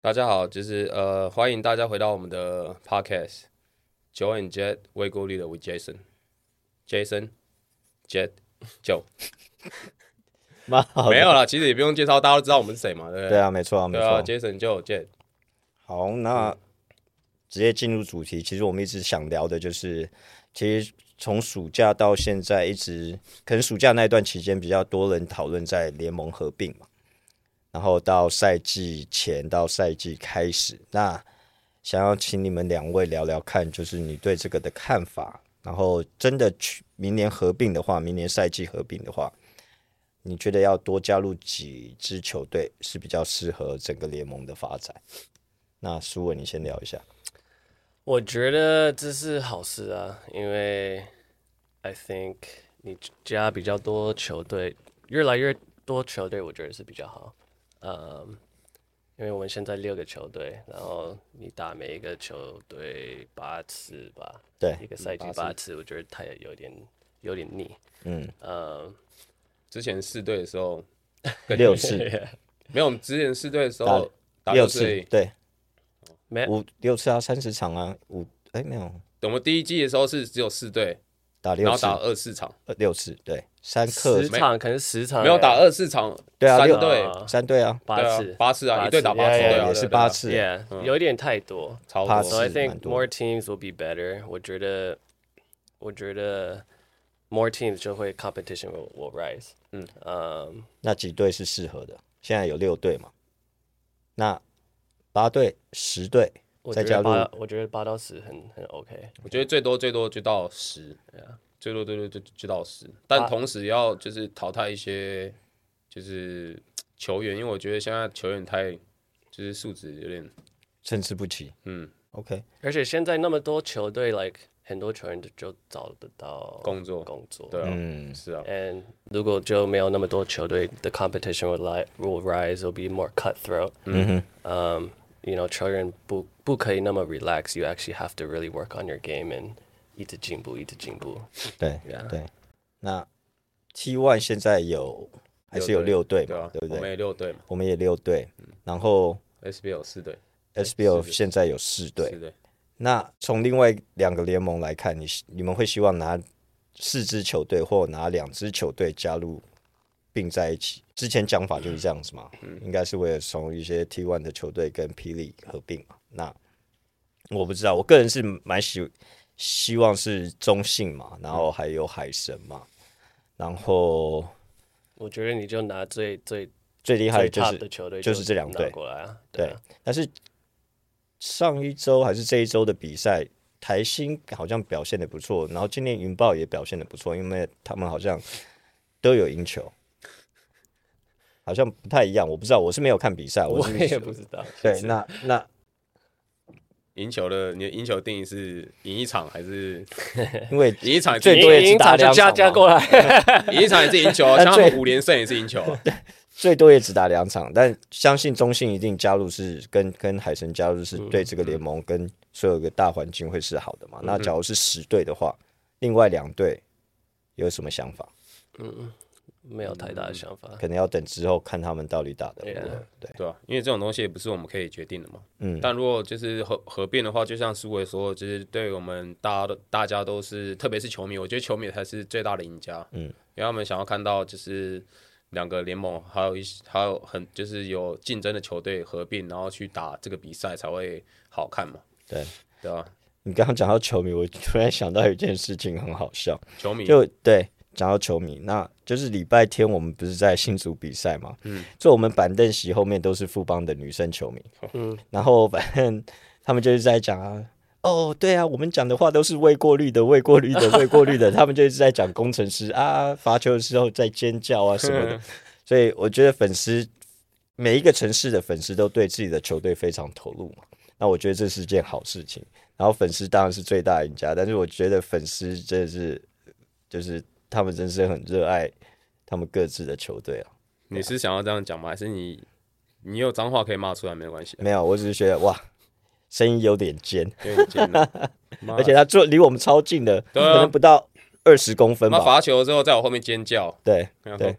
大家好，就是呃，欢迎大家回到我们的 podcast Joe and Jet 微孤立的 with Jason Jason Jet Joe 蛮好没的。有啦，其实也不用介绍，大家都知道我们是谁嘛，对不对对？啊，没错啊，没对错啊啊。 ，Jason Joe Jet 好，那直接进入主题。其实我们一直想聊的就是，其实从暑假到现在，一直可能暑假那一段期间比较多人讨论在联盟合并嘛，然后到赛季前到赛季开始，那想要请你们两位聊聊看，就是你对这个的看法。然后真的去明年合并的话，明年赛季合并的话，你觉得要多加入几支球队是比较适合整个联盟的发展？那苏文，你先聊一下。我觉得这是好事啊，因为 I think 你加比较多球队，越来越多球队，我觉得是比较好。呃、因为我们现在六个球队，然后你打每一个球队八次吧，对嗯一个赛季八次，我觉得太有点有点腻。嗯，呃，之前四队的时候 六次，没有，我们之前四队的时候打六次而次已，，对，没五六次啊，三十场啊，五哎没有我们第一季的时候是只有四队，打六然后次，打二四场，呃六次对，三克十场可能十场没有欸打二四场，对啊三六队啊三队啊，哦八对啊次，八次啊，一队打八八次，次对啊，也对是啊对啊八次， Yeah，有点太多。超八多次 So I 是蛮 think 多 more teams will be better. 我觉得，我觉得 uh, more teams 就会 competition will, will rise. Um, 嗯嗯，那几队是适合的？现在有六队嘛？那八队、十队，我再觉加得入八，我觉得八到十很很 OK。我觉得最多最多就到十，啊最多最多就就到十，但同时也要就是淘汰一些就是球员，因为我觉得现在球员太就是素质有点参差不齐。嗯 OK，而且现在那么多球队，like 很多球员就就找不到工作，工作。对啊，嗯，是啊， And 如果就没有那么多球队，the competition will li will rise, will be more cutthroat. 嗯哼， um, you know, 球员不不可以那么 relax. You actually have to really work on your game and 一直进步，一直进步。对 Yeah 对。那 T One 现在有还是有六六队对嘛啊？，对不我们对？也嗯六队嘛我们也六队，然后，SBL 有四队， SBL 四队现在有四队四，队，那从另外两个联盟来看，你你们会希望拿四支球队或拿两支球队加入并在一起？之前讲法就是这样子嘛，嗯应该是为了从一些 T1 的球队跟霹雳合并嘛。那我不知道，我个人是蛮喜希望是中信嘛，然后还有海神嘛，然后我觉得你就拿最最最厉害的最就 top 是的球队就是这两队拿过来啊，对啊，但是上一周还是这一周的比赛，台新好像表现的不错，然后今年云豹也表现的不错，因为他们好像都有赢球，好像不太一样，我不知道，我是没有看比赛，我是也不知道。对， 那那赢球的你的赢球定义是赢一场还是因为赢一场最最多多也只打赢两场场就加哦加嘛 过来，赢一场也是赢球啊，那像他们 最五连胜也是赢球啊，最多也只打两场，但相信中信一定加入是跟跟海神加入是对这个联盟跟所有的大环境会是好的嘛。那假如是十队的话，另外两队有什么想法？没有太大的想法。可能要等之后看他们到底打的如何 Yeah 对，对啊，因为这种东西也不是我们可以决定的嘛。嗯但如果就是合合并的话，就像苏伟说，就是对我们大家都大家都是，特别是球迷，我觉得球迷才是最大的赢家。嗯，因为他们想要看到就是两个联盟，还有一些还有很就是有竞争的球队合并，然后去打这个比赛才会好看嘛。对，对啊，你刚刚讲到球迷，我 突然想到一件事情很好笑，球迷就对讲到球迷，那就是礼拜天我们不是在新竹比赛嘛，嗯，坐我们板凳席后面都是富邦的女生球迷，嗯，然后反正他们就是在讲啊。哦，对啊，我们讲的话都是未过滤的、未过滤的、未过滤的， 他们就一直在讲工程师啊，罚球的时候在尖叫啊什么的，所以我觉得粉丝每一个城市的粉丝都对自己的球队非常投入嘛，那我觉得这是件好事情。然后粉丝当然是最大赢家，但是我觉得粉丝真的是，就是他们真是很热爱他们各自的球队啊。你是想要这样讲吗？还是你你有脏话可以骂出来没关系，没有，我只是觉得哇，声音有点尖，因为你 贱啊妈而且他坐离我们超近的，对啊可能不到二十公分妈吧。罚球之后在我后面尖叫，对，然后对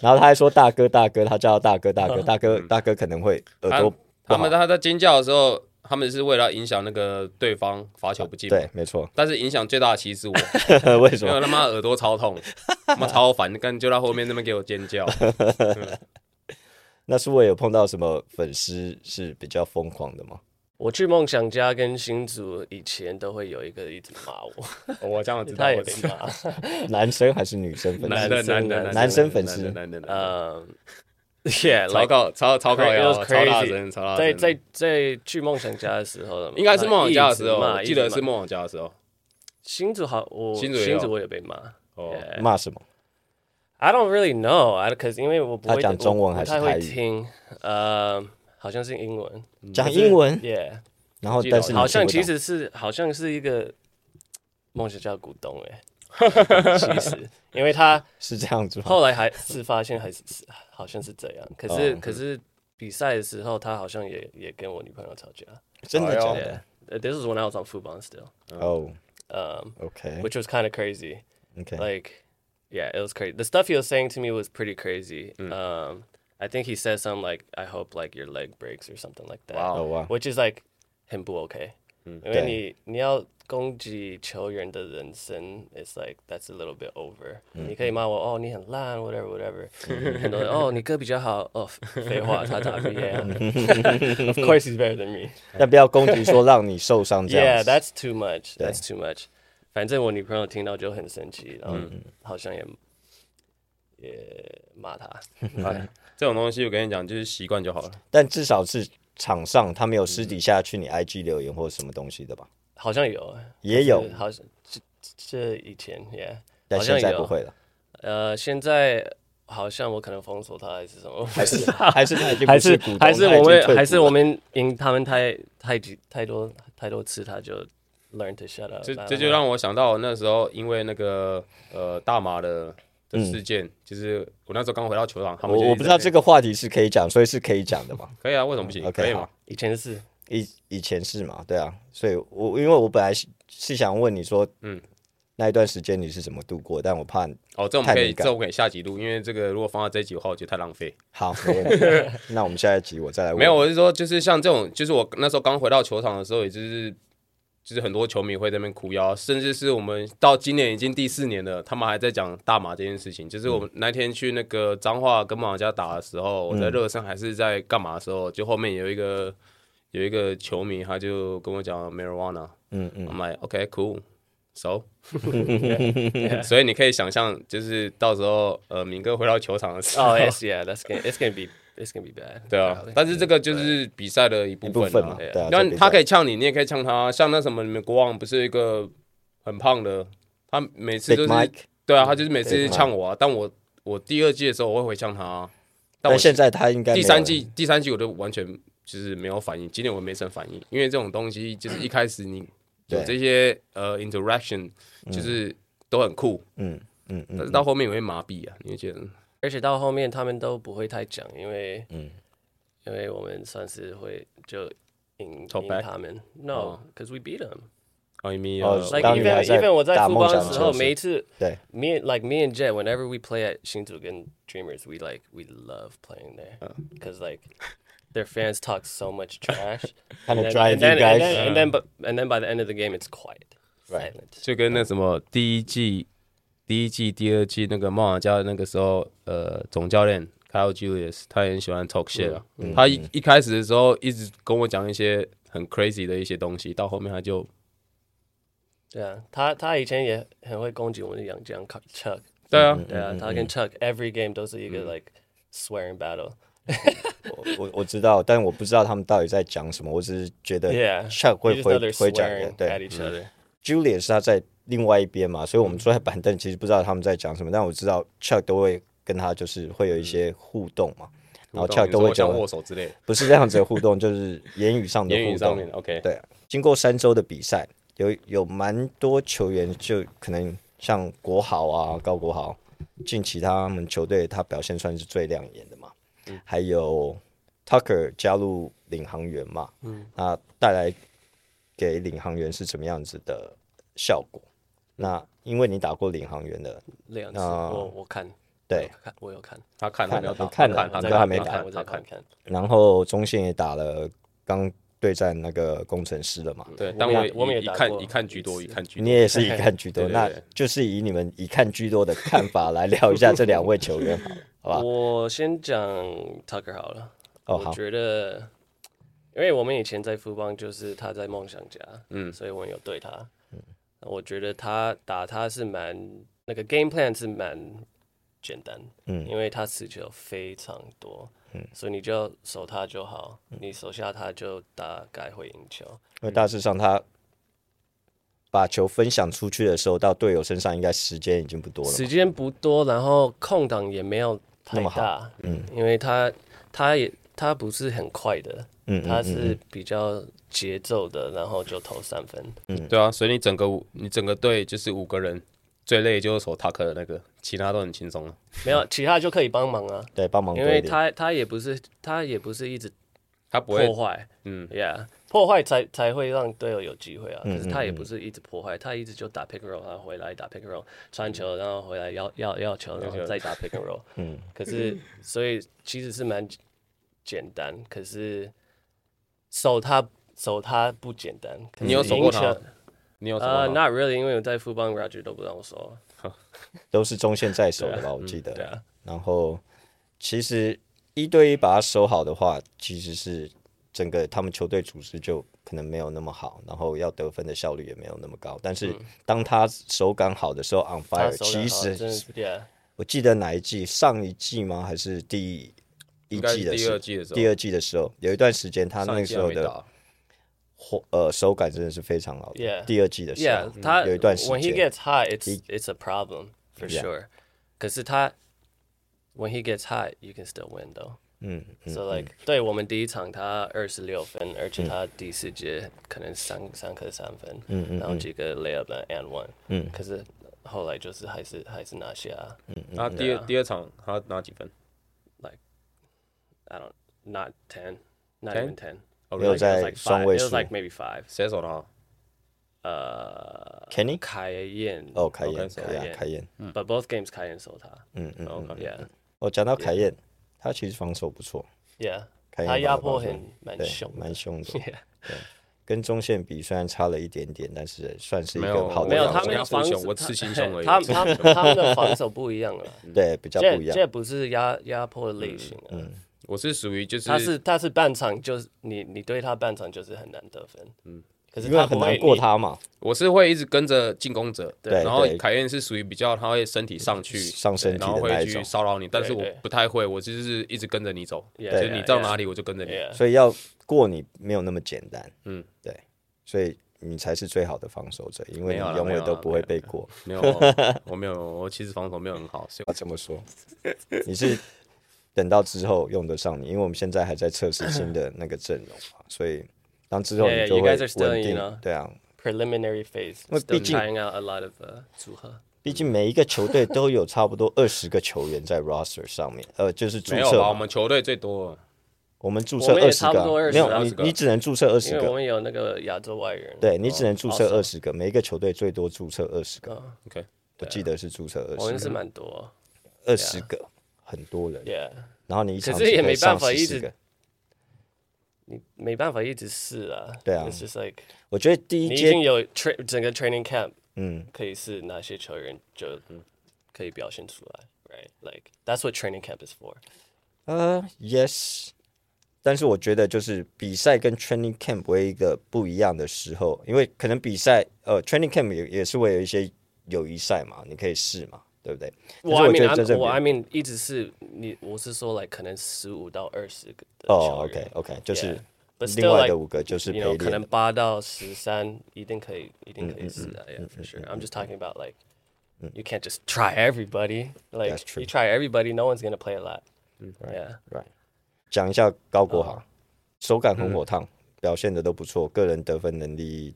然后他还说大哥大哥，他叫他大哥大哥，大哥大哥可能会耳嗯他朵不他好们他在尖叫的时候，他们是为了影响那个对方罚球不进，对，，没错。 但是影响最大的其实是我，为什因么？为他妈耳朵超痛， 他妈超烦，干就在后面那边给我尖叫，那是我有碰到什么粉丝是比较疯狂 的吗？我去梦想家跟新竹以前都会有一个一直骂 我，我这样知道他我也的被骂。男生还是女生粉男丝？的男男的生男生粉丝男的男的， 嗯，Yeah，超 like 高超超高 cra- it 腰， was 超大 crazy 声，超大在声，在在去梦想家的时候了嘛，应该是梦想家的时候，他我一直骂记得一直是骂梦想家的时候，新竹好，我新竹也有新竹我也被骂。哦， Yeah 骂什么？ I don't really know. I cause 因为我不会他讲中文还是我不太台会语听，呃，好像是英文。嗯讲英文， Yeah，然后记得但是你好听像不其懂实是好像是一个梦想家股东 哎、其实因为他是这样子吗。后来还是发现还是是好像是这样，可是、哦可是比赛的时候他好像也也跟我女朋友吵架。真的哎呦假的 Yeah, this is when I was on Fubon still, 哦 um, ，OK，OK， which was kind of crazy. 哎 Like, yeah, it was crazy. The stuff he was saying to me was pretty crazy. Mm。 Um, I think he said something like, "I hope like your leg breaks" or something like that. Wow. 好哇， Which is like 很不 OK，、因为对你你要攻击球员的人生，it's like that's a little bit over、你 Hmm. 可以骂我哦，你很烂，whatever whatever，、很多人哦，"Oh, 你歌比较好，哦，废话，他打 NBA 啊。of course he's better than me。要不要攻击说让你受伤这 Yeah, 样子？ that's too much. That's too much. 反正我女朋友听到就很生气，Hmm. 然后好像也、也骂他。哎这种东西我跟你讲，就是习惯就好了。但至少是场上他没有私底下去你 IG 留言或什么东西的吧？好像有，也有就是，好像这这以前，yeah，但好现像在有不会了，呃，现在好像我可能封锁他还是什么，还是 还是他已经不还是是股东 还是他已经我退们股还是了我们赢他们太太几太多太多次，他就 learn to shut up。这这就让我想到我那时候，因为那个呃大麻的的事件，就是我那时候刚回到球场，他们嗯我我不知道这个个话题是可以讲，所以是可以讲的嘛。可以啊，为什么不行？ OK，可以吗好？以前是以以前是嘛，对啊，所以我因为我本来是是想问你说，嗯嗯，那一段时间你是怎么度过？但我怕哦，这我们太可以，敏感这我们可以下集录，因为这个如果放到这一集的话，我觉得太浪费。好，没问题。啊那我们下一集我再来问。没有，，我是说，就是像这种，就是我那时候刚回到球场的时候，也就是就是很多球迷会在那边哭腰，甚至是我们到今年已经第四年了，他们还在讲大麻这件事情。就是我们那天去那个彰化跟马家打的时候，我在热身还是在干嘛的时候，就后面有一个有一个球迷，他就跟我讲 marijuana，嗯嗯，我买 OK cool。So，所以你可以想象，就是到时候呃，敏哥回到球场的时候 哦、oh,，yes yeah that's gonna it's gonna be it's gonna be bad。对啊，但是这个就是比赛的一部一部分嘛啊对啊。这那比赛他可以呛你，你也可以呛他。啊像那什么，你们国王不是有一个很胖的，他每次 Big 都是 Mike，对啊，他就是每 Big 次 Mike 呛我啊。但我我第二季的时候我会回呛他啊，但但我现在他应该第没有三了季第三季我都完全就是没有反应，今年我没什么反应，因为这种东西就是一开始你有对这些呃 interaction 就是都很酷，嗯嗯但是嗯，到后面你会麻痹啊，你会觉得而且到后面他们都不会太讲，因为嗯因为我们算是会就赢赢 Talk back？他们哦，no，cause we beat them。哦，你们哦呃 Like 当年还 even 在 even 我在打富梦邦的想时车候，时每一次对 me and like me and Jet whenever we play at 新竹 and Dreamers, we like we love playing Oh. there because like their fans talk so much trash. kind and of then- drive you and then- and guys Uh. then- and then but and then by the end of the game, it's quiet, Right. silent. 就跟那什么第一季、第一季、第二季那个梦想家的那个时候，呃，总教练 Kyle Julius 他也很喜欢 talk shit 啊。他一一开始的时候一直跟我讲一些很 crazy 的一些东西，到后面他就对啊，他他以前也很会攻击我们的杨江 Chuck。对 Mm, 啊，对啊，他跟 Chuck every game 都是一个 like swearing battle。我我知道，但我不知道他们到底在讲什么。我只是觉得 Yeah， Chuck 会 You just know 会 they're 会讲的 swearing，at 对 each 嗯 other。 ，Julius 他在另外一边嘛，所以我们坐在板凳，其实不知道他们在讲什么，但我知道 Chuck 都会跟他就是会有一嗯些互动嘛，然后 Chuck 都会讲像握手之类的，不是这样子的互动，就是言语上的言互语上面动的。OK，对，啊经过三周的比赛，有有蛮多球员就可能像国豪啊、高国豪，近期他们球队他表现算是最亮眼的嘛。还有 Tucker 加入领航员嘛，嗯，那带来给领航员是怎么样子的效果？那因为你打过领航员的，两次，那我我看对，看我有看，他看他没有打，看了他看看他了在都还没他打看我他在看啊看。看。然后中线也打了刚对战那个工程师了嘛，对，我但们我也我们也一打看过一看居多，一看居你多。也是一看 居多，对对那对就是以你们一看居多的看法来聊一下这两位球员 好了，好吧？我先讲 Tucker 好了。哦，我好，觉得，因为我们以前在富邦，就是他在梦想家，嗯所以我们有对他。我觉得他打他是蛮那个 game plan 是蛮简单，嗯因为他持球非常多，所以你就守他就好，嗯你手下他就大概会赢球。因为大致上他把球分享出去的时候，到队友身上应该时间已经不多了嘛。时间不多，然后空档也没有太那么好大，嗯，因为他他也他不是很快的，嗯，嗯他嗯是比较节奏的，然后就投三分。对啊，所以你整个五你整个队就是五个人，最累就是守塔克的那个，其他都很轻松啊。没有，其他就可以帮忙啊，对帮忙因堆为叠，他他也不是他也不是一直他不会破，坏嗯， ，Yeah，破坏才才会让队友有机会啊。嗯可是他也不是一直破坏，他一直就打 pick and roll，然后回来打 pick and roll，传球，然后回来要要要球，然后再打 pick and roll。 嗯，可是所以其实是蛮简单，可是守他守他不简单。可是你有守过他赢球？你有什呃、么 n？o t really，因为我在富邦 Roger 都不让我守。啊都是中线在手的吧？我记得。对啊，然后其实一对一把它守好的话，其实是整个他们球队组织就可能没有那么好，然后要得分的效率也没有那么高。但是当他手感好的时候，on 嗯他 fire，守其得好，真的实是 Yeah。我记得哪一季，上一季吗？还是第一应该季是的第时二候？季的时候，第二季的时候，有一段时间他那上一个季时还候没的打，火呃手感真的是非常好的。 Yeah 第二季的时 Yeah，候，他有一段时 When he 间。 gets hot, it's it's a problem for sure. 可是他 When he gets hot, you can still win though. 嗯 So like，对我们第一场他二十六分，而且他第四节可能三三颗三分，然后几个 layup and one，嗯，可是后来就是还是还是拿下嗯他第啊二第二场他拿几分？ ，I don't not ten, not Ten? even ten. 哦没有 really？在 It was like 双 five. 位 It 数 was like maybe five. Uh, 谁守的好？呃， Kenny 凯燕哦，凯燕， OK，对凯呀，燕凯燕。 ，But both games 凯燕守他，嗯嗯，Yeah。哦，讲到凯燕，他其实防守不错， Yeah，开他眼压吧迫到时候很蛮对，凶的，。蛮凶的 Yeah 跟中线比，虽然差了一点点，但是算是一没个有好的没有防他守们的我防刺胸，我刺守心胸而已。 他他他们的防守不一样了，对 比较这不一样。嗯这不是压压迫的类型啊，我是属于就是他是他是半场就是你你对他半场就是很难得分，嗯，可是因为他很不难会过你，他嘛，我是会一直跟着进攻者，对然后对凯燕是属于比较他会身体上去，上身体然后的那会一去种，骚扰你，但是我对不太会，我就是一直跟着你走， Yeah，就是你 yeah，到 yeah 哪里我就跟着你。 Yeah 所以要过你没有那么简单。嗯，对，所以你才是最好的防守者，因为没你有啦永没远有都啦不会被过。没 有，我没有，我其实防守没有很好，所以要这么说， 你是等到之后用得上你，因为我们现在还在测试新的那个阵容嘛，所以当之后 Yeah, 你 yeah, 就 you 会 guys are still 稳 in, 定 you know.。对啊， preliminary phase，那 still 毕竟 trying out a lot of uh, 组合毕竟每一个球队都有差不多二十个球员在 roster 上面，呃，就是注没有册吧？我嘛。们球队最多，我们注我册们也二十差个不啊，多20没有个你，你只能注册二因十为我个。们有那个亚洲外援，对你只能注册哦二十个，每一个球队最多注册二十个。嗯 OK 我记得是注册我二们十，是蛮多二十个很多人。 ，Yeah，然后你一场啊可是也只可以没办法上14一直个你没办法一直试啊，对啊 i t s just like 我觉得第一你已阶经有 tra 整个 training camp。嗯，可以是哪些球员就可以表现出来，right? Like that's what training camp is for. 呃，yes，但是我觉得就是比赛跟 training camp 为一个不一样的时候，因为可能比赛呃 training camp 也也是会有一些友谊赛嘛，你可以试嘛，对不对？但是 I 我觉 mean, 得真 I'm- 正我 I 比 mean 一直是你，我是说 like 可能十五到二十个的哦球，OK 员 OK，就是，but 另 still 外的 like 五个就是 you 陪 know 可能练，八到十三一定可以，一定可以试啊，yeah for sure. I'm just talking about like you can't just try everybody. Like That's true. you try everybody, no one's gonna play a lot. Yeah. 讲一下高国啊豪，手感嗯很火烫，表现的都不错，个人得分能力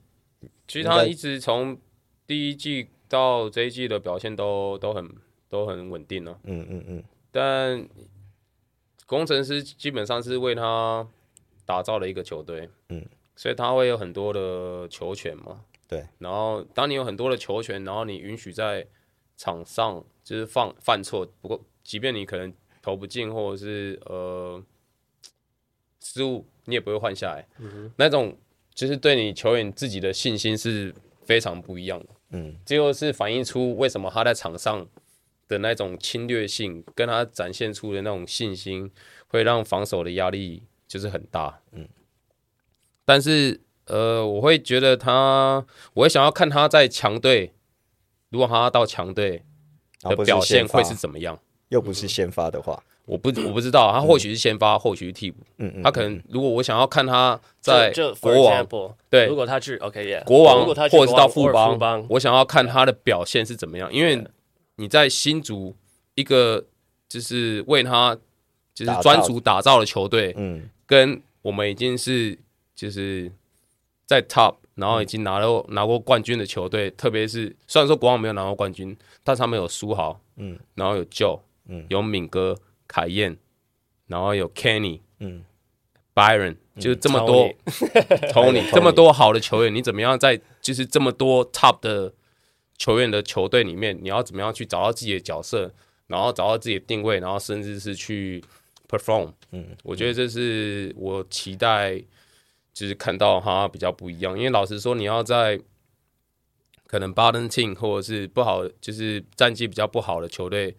其实他一直从第一季到这一季的表现都都很都很稳定啊。嗯嗯嗯。但工程师基本上是为他打造了一个球队，嗯，所以他会有很多的球权嘛。对。然后，当你有很多的球权，然后你允许在场上就是放犯错，不过即便你可能投不进，或者是呃失误，你也不会换下来。那种就是对你球员自己的信心是非常不一样的。嗯，这又是反映出为什么他在场上的那种侵略性，跟他展现出的那种信心，会让防守的压力就是很大。嗯，但是呃，我会觉得他，我会想要看他在强队，如果他到强队的然后不表现先发会是怎么样。又不是先发的话，我不我不知道，他或许是先发，或许是替补。嗯嗯他可能如果我想要看他就在就 for 国王 example，对如果他去 OK yeah，国王如果他去或者是到国富王或者邦，富邦，我想要看他的表现是怎么样，因为你在新竹一个就是为他就是打造专属打造的球队，嗯，跟我们已经是就是在 top，然后已经拿了拿过冠军的球队，特别是虽然说国王没有拿过冠军，但是他们有苏豪，嗯，然后有 Joe，嗯有敏哥、凯燕，然后有 Kenny，嗯，Byron，就是这么多 Tony Tony 这么多好的球员，你怎么样在就是这么多 top 的球员的球队里面，你要怎么样去找到自己的角色，然后找到自己的定位，然后甚至是去 perform。嗯，我觉得这是我期待，就是看到他比较不一样。因为老实说，你要在可能 bottom team 或者是不好，就是战绩比较不好的球队，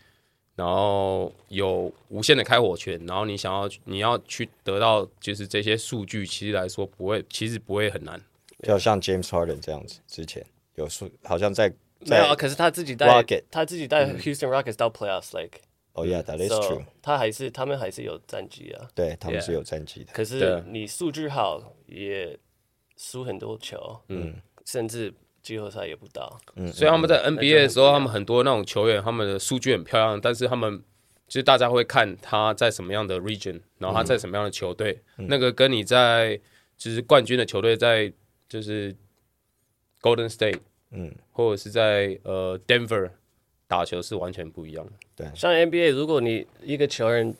然后有无限的开火权，然后你想要你要去得到就是这些数据，其实来说不会，其实不会很难。就好像 James Harden 这样子，之前有说好像在没有啊，在可是他自己带 Rocket 他自己带嗯 Houston Rockets 到 playoffs，like，哦 yeah，that is so true，他还是他们还是有战绩啊。对他们 Yeah 是有战绩的，可对啊是你数据好也输很多球，嗯，甚至季后赛也不到。所以他们在 NBA 的时候，他们很多那种球员，他们的数据很漂亮，但是他们就是大家会看他在什么样的 region，然后他在什么样的球队，那个跟你在就是冠军的球队在就是 Golden State，嗯，或者是在呃 Denver 打球是完全不一样的。像 NBA，如果你一个球员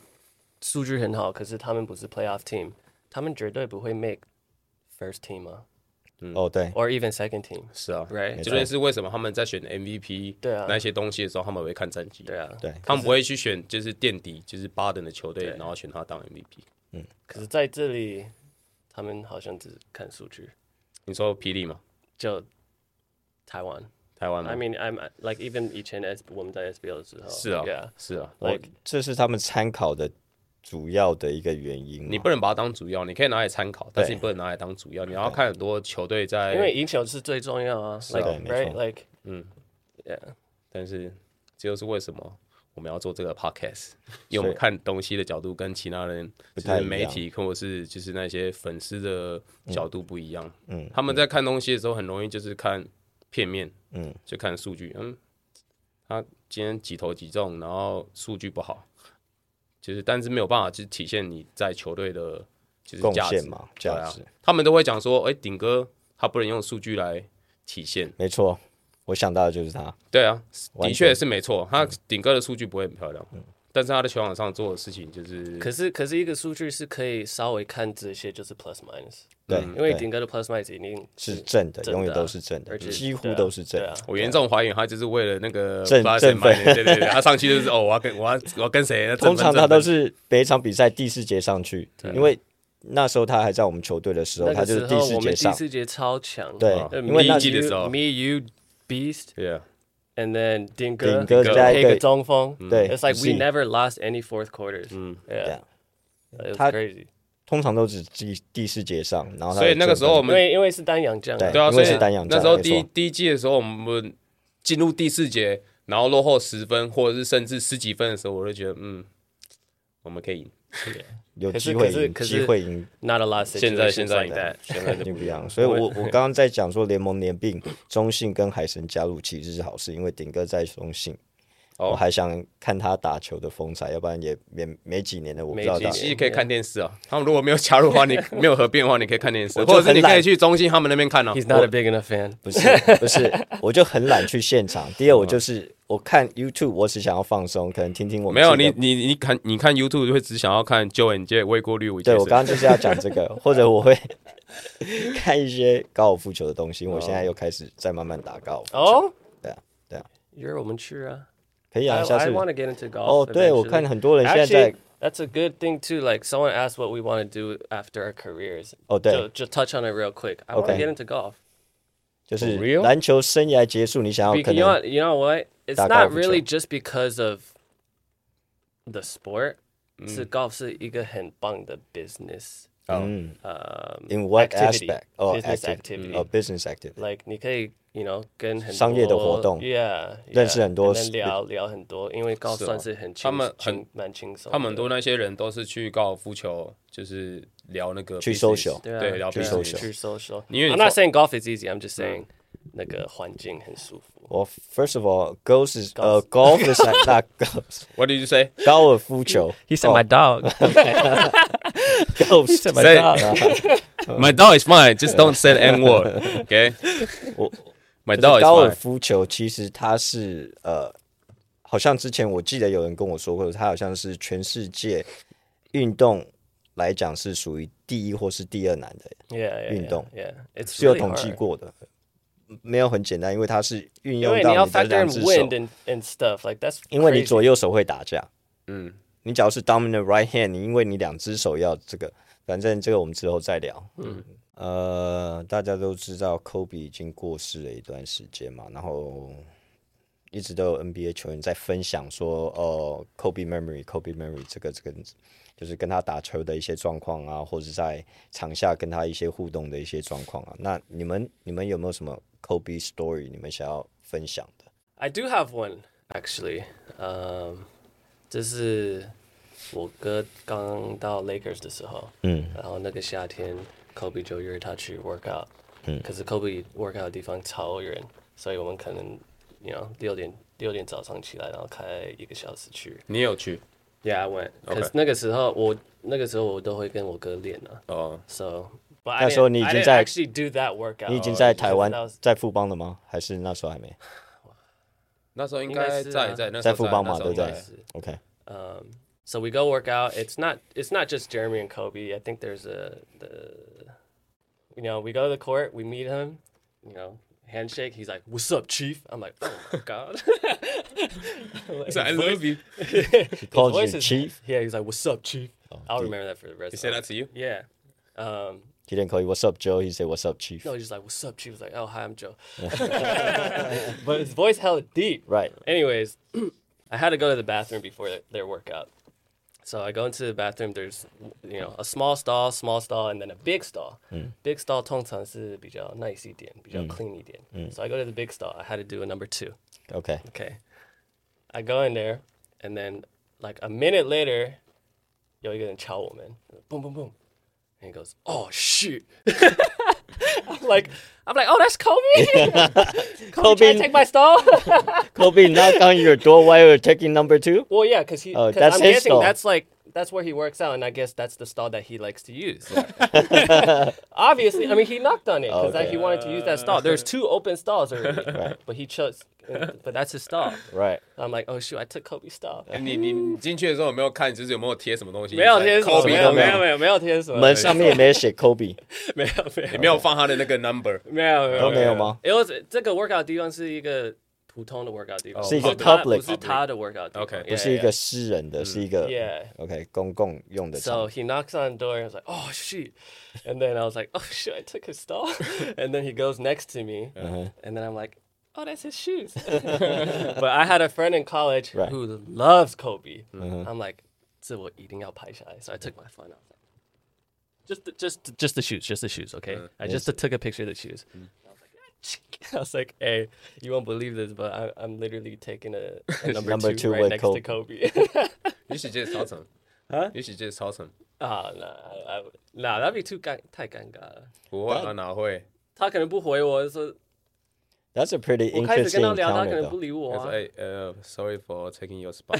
数据很好，可是他们不是 playoff team，他们绝对不会 make first team 啊哦对， ，or even second team。是啊 Right 没这错就是为什么他们在选 MVP 对啊那些东西的时候，他们会看战绩，对啊，对他们不会去选就是垫底就是巴登的球队，然后选他当 MVP。可是在这里，他们好像只看数据，你说霹雳吗？就台湾。台湾吗 I mean, I'm like even 以前 S 我们在 SBL 的时候，是啊 yeah, 是啊，我 like 这是他们参考的主要的一个原因嘛。你不能把它当主要，你可以拿来参考，但是你不能拿来当主要。你要看很多球队因为在，赢球是最重要啊，like 哎对没错嗯 right like 但是这就是为什么我们要做这个 podcast，因为我们看东西的角度跟其他人就太是一样媒体或者是就是那些粉丝的角度不一样。嗯，他们在看东西的时候很容易就是看片面，嗯，就看数据，嗯，他今天几投几中，然后数据不好，就是但是没有办法去体现你在球队的就是贡价值献嘛，对价啊值，他们都会讲说，哎、顶哥他不能用数据来体现。没错。我想到的就是他，对啊，完的全嗯确是没错，他顶哥的数据不会很漂亮，但是他在球场上做的事情就是，可是可是一个数据是可以稍微看这些就是 plus minus，对，嗯因为嗯对顶哥的 plus minus 一定是正的，正的啊永远都是正的，而且几乎对啊都是正对啊的。我严重怀疑他就是为了那个振 Blasen 振奋买的对对对，他上去就是哦，我要跟我要我要跟 谁？那振通奋常他都振奋是每一场比赛第四节上去，因为那时候他还在我们球队的时候，那他个就时是第候四我们节第上。四节超强，对呃因为那 me 季的时候 you- me you beast 对啊， and then 顶顶哥哥加一配个嗯个中锋，对，it's like 是 we never lost any fourth quarters，嗯对啊，yeah，it was 他 crazy，通常都只第第四节上，然哦后他所以那个时候我就们因为因为是单阳将啊，对对啊，因所为以是单阳战那时候没第错一第一季的时候，我们进入第四节，然后落后十分或者是甚至十几分的时候，我就觉得嗯，我们可以赢。有可是机会可是赢，可是机会赢 not a lot，现在现在 like that，现在肯定不一样。 所以我我刚刚在讲说联盟联并中信跟海神加入其实是好事，因为顶哥在中信，哦我还想看他打球的风采，要不然也也没几年了，我不知道没他几其年实可以看电视啊。他们如果没有加入的话，你没有合并的话，你可以看电视，我就或者是你很懒可以去中心他们那边看啊。 ，he's not a big enough fan，不是 不是，我就很懒去现场。第二，我就是我看 YouTube，我只想要放松，可能听听我没们有自己你的，你你看你看 YouTube 会只想要看 Joe and J 未过滤，我对我刚刚就是要讲这个，或者我会 看一些高尔夫球的东西。因为我现在又开始在慢慢打高尔夫球，哦，对啊对啊，约我们去啊。培养 uh, I, 一下 I 是 want to get into golf. 哦，对，我 eventually. 看很多人现在 Actually, 在 that's a good thing too. Like someone asked what we want to do after our careers. 哦，对 So，just touch on it real quick. I want to Okay. get into golf 就是，real？篮球生涯结束，你想要可 because you know, 能 what- you know what? It's That not golf is really chill. just because of the sport. Mm. 是 golf 是一个很棒的 business Mm. 嗯 um, In what activity, aspect? Oh, business active- activity. 呃 business active， like 你可以，you know，跟很多商业的活动，yeah，认识很多 yeah，and then 聊聊很多，因为高是算哦是很轻，他们很轻蛮轻松的，他们很多那些人都是去高尔夫球，就是聊那个去 business， social 对啊对，聊去 business social 去 social。因为你 I'm not 说 saying golf is easy, I'm just saying 那个环境很舒服。我 first of all，golf is 呃 golf is not golf， What did you say？高尔夫球 哦 He said my dog. golf He said my Say- dog. My dog is mine. Just don't say the N word. Okay. 我 My 就 dog 是 is 高尔 mine. 夫球其实它是呃，好像之前我记得有人跟我说过，它好像是全世界运动来讲是属于第一或是第二难的， Yeah, yeah, 运动 yeah, yeah. It's 是有 really 统计 hard. 过的，没有很简单，因为它是运因用为你到要你的 factor 两 in 只 wind 手， and and stuff like that's 因为你 crazy. 左右手会打架，嗯，你只要是 dominant right hand，你因为你两只手要这个，反正这个我们之后再聊。嗯，呃，大家都知道 Kobe 已经过世了一段时间嘛，然后一直都有 NBA 球员在分享说，哦，Kobe memory，Kobe memory，这个这个就是跟他打球的一些状况啊，或者在场下跟他一些互动的一些状况啊。那你们你们有没有什么 Kobe story 你们想要分享的？ I do have one actually. Um, 这是我哥刚到 Lakers 的时候，嗯，然后那个夏天，Kobe 就约他去 workout，嗯，可是 Kobe workout 的地方超远，所以我们可能，you know，六点六点早上起来，然后开一个小时去。你有去 Yeah, I went. 可是那个时候我那个时候我都会跟我哥练啊哦？ ，so。But 那时候 I didn't- 你已 I 经 didn't 在 actually do that workout. 你已经在 because 台湾 that was- 在富邦了吗？还是那时候还没？那时候应应该该是啊在在那时在候富邦嘛，那时候对不对在？OK， Um, so we go work out. It's not it's not just Jeremy and Kobe. I think there's a the you know we go to the court. We meet him. You know, handshake. He's like, "What's up, Chief?" I'm like, "Oh my god." He said, I love you. He called voice you is- chief. Oh, Yeah, he's like, "What's up, Chief?" I'll dude. remember that for the rest. He of said my that to you? life. Yeah. Um, He didn't call you. What's up, Joe? He said, What's up, chief? no, he's just like, "What's up, Chief?" He's like, "Oh, hi, I'm Joe." but his voice hella deep. Right. Anyways, I had to go to the bathroom before their, their workout. So I go into the bathroom. There's, you know, a small stall, small stall, and then a big stall. Big stall 通常是比较 nice 一点，比较 clean 一点。So I go to the big stall. I had to do a number two. Okay. Okay. I go in there, and then like a minute later, yo, you get in chow woman. Boom, boom, boom. And he goes, oh, shoot. I'm like, I'm like, oh, that's Kobe. Kobe, trying Kobe- to take my stall. Kobe knocked on your door while you were taking number two. well, yeah, because he, Oh, 'cause that's I'm his guessing stall. that's like, that's where he works out, and I guess that's the stall that he likes to use. Obviously, I mean, he knocked on it because Okay. like, he wanted to use that stall. There's two open stalls already, but he chose, but that's his stall. Right. I'm like, oh shoot, I took Kobe's stall. 你你你进去的时候有没有看，就是有没有贴什么东西？没有贴什么， Kobe 没都有没有没有没有没有贴什么，门 上面也没写 Kobe，没有没有没有放他的那个 number。没有没有都没有吗？因为这个 workout 地方是一个普通的 workout 地方，是一个不它 public 不是他的 workout 地方 OK，不是一个。私人的，是一个嗯 Yeah. OK 公共用的 Yeah, 场 yeah. So he knocks on the door. I was like, "Oh shoot!" And then I was like, "Oh shoot!" I took his stall. And then he goes next to me, Uh-huh. and then I'm like, "Oh, that's his shoes." But I had a friend in college Right. Uh-huh. who loves Kobe. I'm like, "这我一定要拍下来." So I took my phone out. Just the, just just the shoes, just the shoes, okay? I just took a picture of the shoes. "Ah, I was like, "Hey, you won't believe this, but I, I'm literally taking a, a number, Number two, two right with next to Kobe. Kobe." 也许这是超成，啊？也许这是超成， Ah, nah, I, I, would- nah, that'd be too 尴太尴尬了。不会啊，哪会？他可能不回我，说 That's a pretty 我开始跟 interesting 他聊，他可 encounter. 能不的理我他啊说。哎呃，sorry for taking your spot。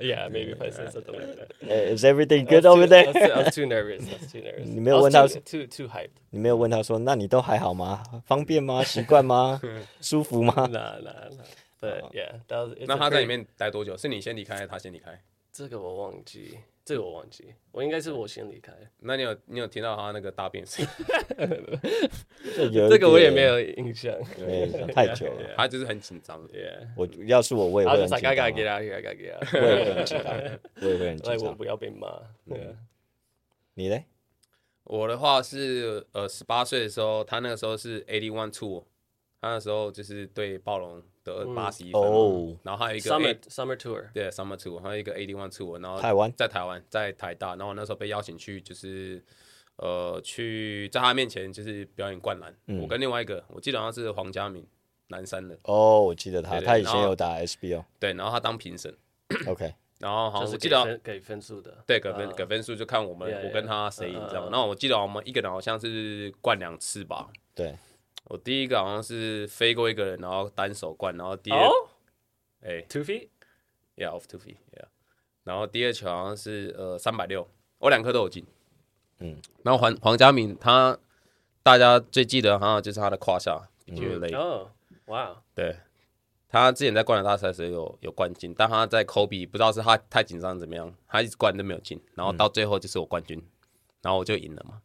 Yeah, maybe if I said something like that. Is everything good over I was too- there？ I was too nervous. I was too nervous. 你没有 I 问 was 他 too too too hyped. 你没有问他说，那你都还好吗？方便 吗？习惯吗？舒服吗？Uh-huh。 Nah, nah, nah. But yeah, that was. it's 那 a 他在 pretty- 里面待多久？是你先离开，还是他先离开？这个我忘记，这个我忘记，我应该是我先离开。那你有你有听到他那个大便声音？这有一这个我也点没，有 印象。对，太久了。 他就是很紧张。 Yeah，我要是我，我也然后会就很是 like 紧 I gotta 张啊 get out here, I gotta get out. 我 here." 也会很紧张，我也会很紧哎，我张。不要被骂。对，你嘞？我的话是呃，十八岁的时候，他那个时候是 eighty one two，他那时候就是对暴龙得八十一分嘛、哦然后还有一个哎 Summer A- Summer Tour，对 summer two，还有一个 eighty one two，然后台湾在台湾在台大，然后我那时候被邀请去就是呃去在他面前就是表演灌篮、嗯我跟另外一个我记得好像是黄家明，南山的，哦，我记得他，对对他以前然后有打 SBO 。对，然后他当评审， OK，然后好就像是我记给得分给分数的。对，给分、啊给分数就看我们 Yeah, 我跟 yeah. 他谁赢这样。嗯嗯嗯然后我记得我们一个人好像是灌两次吧。对，我第一个好像是飞过一个人，然后单手灌，然后第二哦哎、 ，Two feet， y e a h off two feet yeah，然后第二球好像是呃三百六，我两颗都有进。嗯，然后黄黄家敏他大家最记得好像就是他的胯下比较累，哦，哇，对。他之前在灌篮大赛的时候有有灌进，但他在 Kobe 不知道是他太紧张怎么样，他一直灌都没有进，然后到最后就是我冠军，然后我就赢了嘛。嗯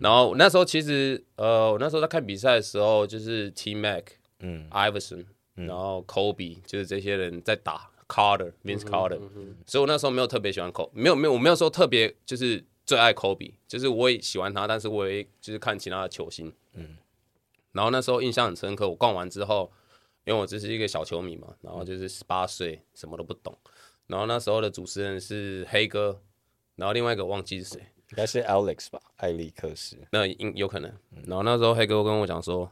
然后那时候其实呃，我那时候在看比赛的时候，就是 T Mac，嗯，Iverson，然后 Kobe，就是这些人在打 Carter、Vince Carter，、所以我那时候没有特别喜欢 Kobe，没有没有我没有说特别就是最爱 Kobe，就是我也喜欢他，但是我也就是看其他的球星，嗯，然后那时候印象很深刻，我逛完之后，因为我只是一个小球迷嘛，然后就是十八岁，什么都不懂，然后那时候的主持人是黑哥，然后另外一个我忘记是谁，应该是 Alex 吧，艾利克斯。那应有可能。嗯然后那时候黑哥跟我讲说，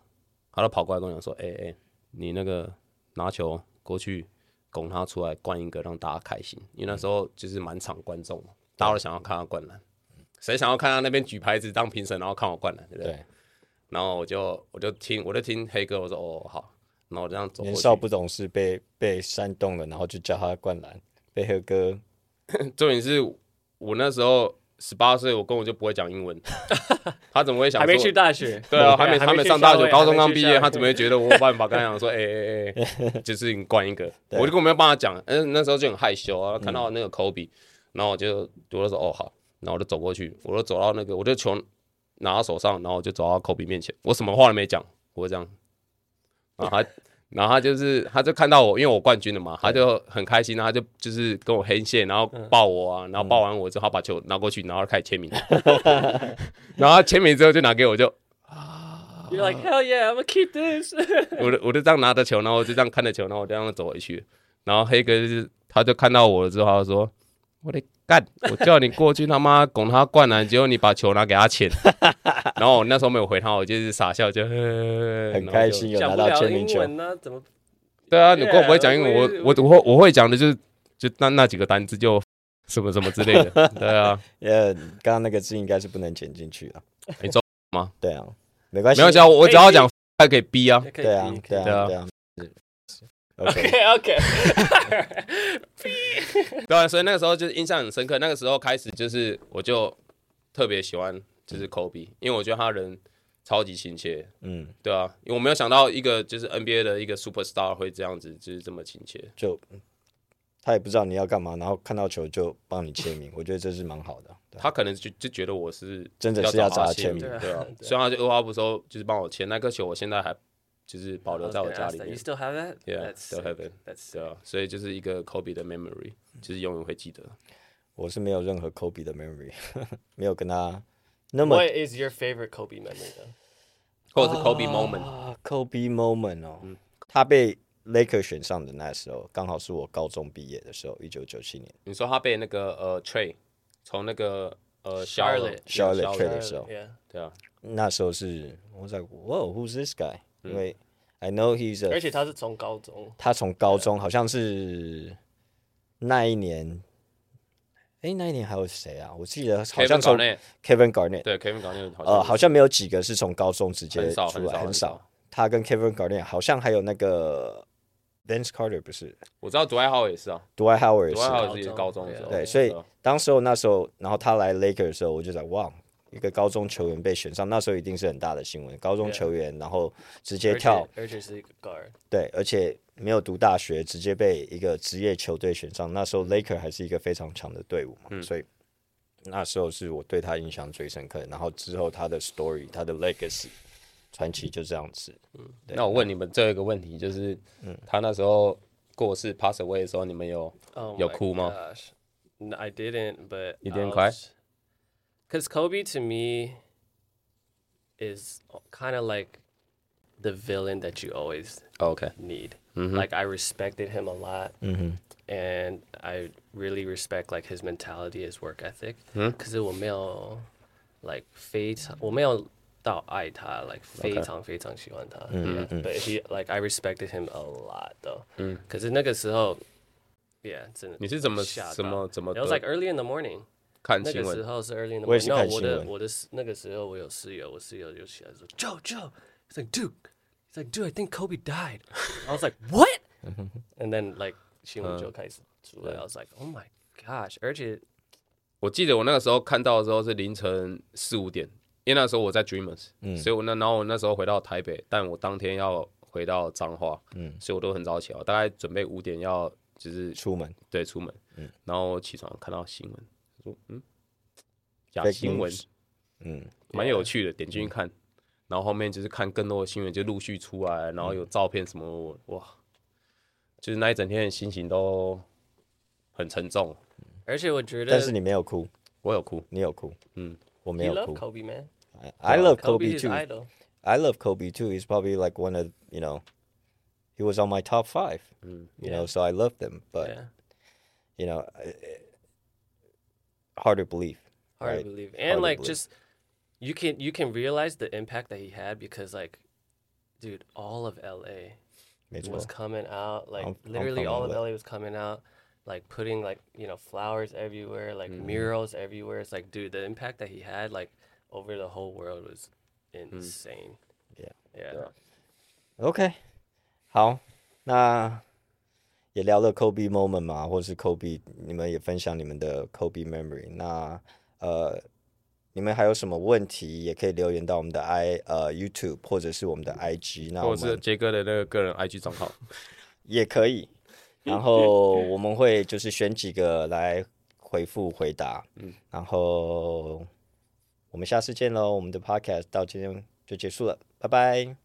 他都跑过来跟我讲说，哎、哎、你那个拿球过去拱他出来灌一个，让大家开心。因为那时候就是满场观众嘛，大家都想要看他灌篮，谁想要看他那边举牌子当评审，然后看我灌篮，对不对？对，然后我就我就听我就听黑哥，我说哦好，然后我这样走过年去少不懂事，被被煽动了，然后就叫他灌篮，被黑哥重点是我那时候十八岁，我根本就不会讲 英文，他怎么会想还没说去大学。 对啊，还还没还还没没去上大校学，尉高还中没刚去毕校业，他尉怎么会觉得我有办法跟他讲说，哎哎哎哎，就是你灌一个，我就根本没有办法讲，嗯，那时候就很害羞啊，看到那个科比，然后我就我就说哦好，然后我就走过去，我就走到那个，我就球拿到手上，然后我就走到科比面前，我什么话都没讲，我就这样，然后他。然后他就是，他就看到我，因为我冠军了嘛，他就很开心，然后他就就是跟我黑线，然后抱我啊，然后抱完我之后，他把球拿过去，然后开始签名， 然后他签名之后就拿给我，就 You're like hell yeah, I'm gonna keep this 。 我就我就这样拿着球，然后我就这样看着球，然后我就这样走回去。然后黑哥就是他就看到我了之后，他就说：“我的干，我叫你过去他妈拱他灌篮，结果你把球拿给他 签。”然后我那时候没有回他，我就是傻笑，就呵呵呵呵很然后开就心有讲拿不到了签名英球。文呢，怎么对啊， Yeah，你跟我不会讲英文，我我也是我我会我会讲的就是就那那几个单字就什么什么之类的。对 啊，呃，刚刚那个字应该是不能剪进去啊。你中吗？ 对啊，没关系，没有讲，我只要讲 还可以逼啊。也可以 对啊， 逼对啊，对啊对啊。OK， OK OK，对啊，所以那个时候就是印象很深刻。那个时候开始就是我就特别喜欢就是 Kobe，因为我觉得他人超级亲切，嗯，对啊，因为我没有想到一个就是 NBA 的一个 superstar 会这样子，就是这么亲切。就他也不知道你要干嘛，然后看到球就帮你签名，我觉得这是蛮好的。对啊他可能就就觉得我是真的是要要找找他他签签名，名对啊对。啊所以他就二话不说，就是帮我签那颗球，我现在还就是保留在我家里 You 面， still have it? Yeah, That's still sick. have it. That's 对啊。所以就是一个 Kobe 的 memory，就是永远会记哦得。我是没有任何 Kobe 的 memory，没 有跟他那么 What is your favorite Kobe memory? 呢或者是 Kobe moment，嗯啊，Kobe moment 哦，他被 Laker 选上的那时候，刚好是我高中毕业的时候，一九九七年你说他被那个呃 Trey 从那个呃 Charlotte Charlotte- Charlotte Trey 的 Charlotte- 时候 Yeah. 对啊，那时候是我在 Whoa who's this guy？、因嗯为 I know he's 而 a 且他是从高中他从高中好像是那一年，诶，那一年还有谁啊？我记得好 Kevin 像从 Garnett Kevin Garnett，对，Kevin 搞那个好像呃，好像没有几个是从高中直接很出少来，很少很少。他跟 Kevin Garnett 好像还有那个 Vince Carter 不是我知道独爱号也是啊， ，Dwight Howard 也独是爱好号自己是高中的时候，啊对，所以当时候那时候，然后他来 Laker 的时候，我就在哇，一个高中球员被选上，那时候一定是很大的新闻。高中 Yeah 球员然后直接而跳且而且是一个 guard，对，而且没有读大学，直接被一个职业球队选上。那时候 Laker 还是一个非常强的队伍嘛，所以那时候是我对他印象最深刻的。然后之后他的 story，他的 legacy 传奇就这样子。那我问你们最后一个问题，就是，嗯他那时候过世 pass away 的时候，你们有 Oh 有 my 哭吗 gosh. No, I didn't, but You didn't cry? Because Kobe to me is kind of like the villain that you always 哦 OK？ need. Like I respected him a lot, and I really respect like his mentality, his work ethic. Because mm-hmm. 我没有 like 非常我没有到爱他 like 非常非常喜欢他。Yeah, but he like I respected him a lot though. 可是那个时候 yeah 真的你是怎么吓到怎么怎么 It was 得 like early in the morning. 看那新个时闻？候是 early in the 我也是 morning。那看我新的闻我的室那个时候我有室友，我室友就起来说，Joe Joe，he's like dude。He's like, dude, I think Kobe died. I was like, what? And then, like, 新闻就开始出来。I was like, oh my gosh! 而且我记得我那个时候看到的时候是凌晨四五点，因为那时候我在 Dreamers，、所以嗯我那然后我那时候回到台北，但我当天要回到彰化，嗯所以我都很早起来，我大概准备五点要就是出门对出门，嗯然后我起床看到新闻，说嗯，假新闻 Fake news，嗯，蛮有趣的，点进去看，然后后面就是看更多的新闻就陆续出来，然嗯后有照片什么，我哇，就是那一整天的心情都很沉重，而且，我觉得但是你没有哭，我有哭，你有哭，嗯，我没 he 有哭。loved Kobe, man. I love Kobe Kobe is too. idol. I love Kobe too. He's probably like one of you know, he was on my top five. You know, so I loved him, but Mm, Yeah, you know, I- hard to believe. hard right? to believe. Hard And to like, believe. just you can you can realize the impact that he had because, like, dude, all of LA 没错 was coming out. Like I'm- I'm literally coming all of with- LA was coming out. Like putting like you know flowers everywhere, like Mm-hmm. murals everywhere. It's like, dude, the impact that he had like over the whole world was insane. Hmm. Yeah. Yeah. OK，好，那也聊了 Kobe moment 嘛，或是 Kobe，你们也分享你们的 Kobe memory。那呃，你们还有什么问题，也可以留言到我们的 i 呃 YouTube 或者是我们的 IG。那我或者是们杰哥的那个个人 IG 账号。也可以，然后我们会就是选几个来回复回答。嗯，然后我们下次见喽，我们的 Podcast 到今天就结束了，拜拜。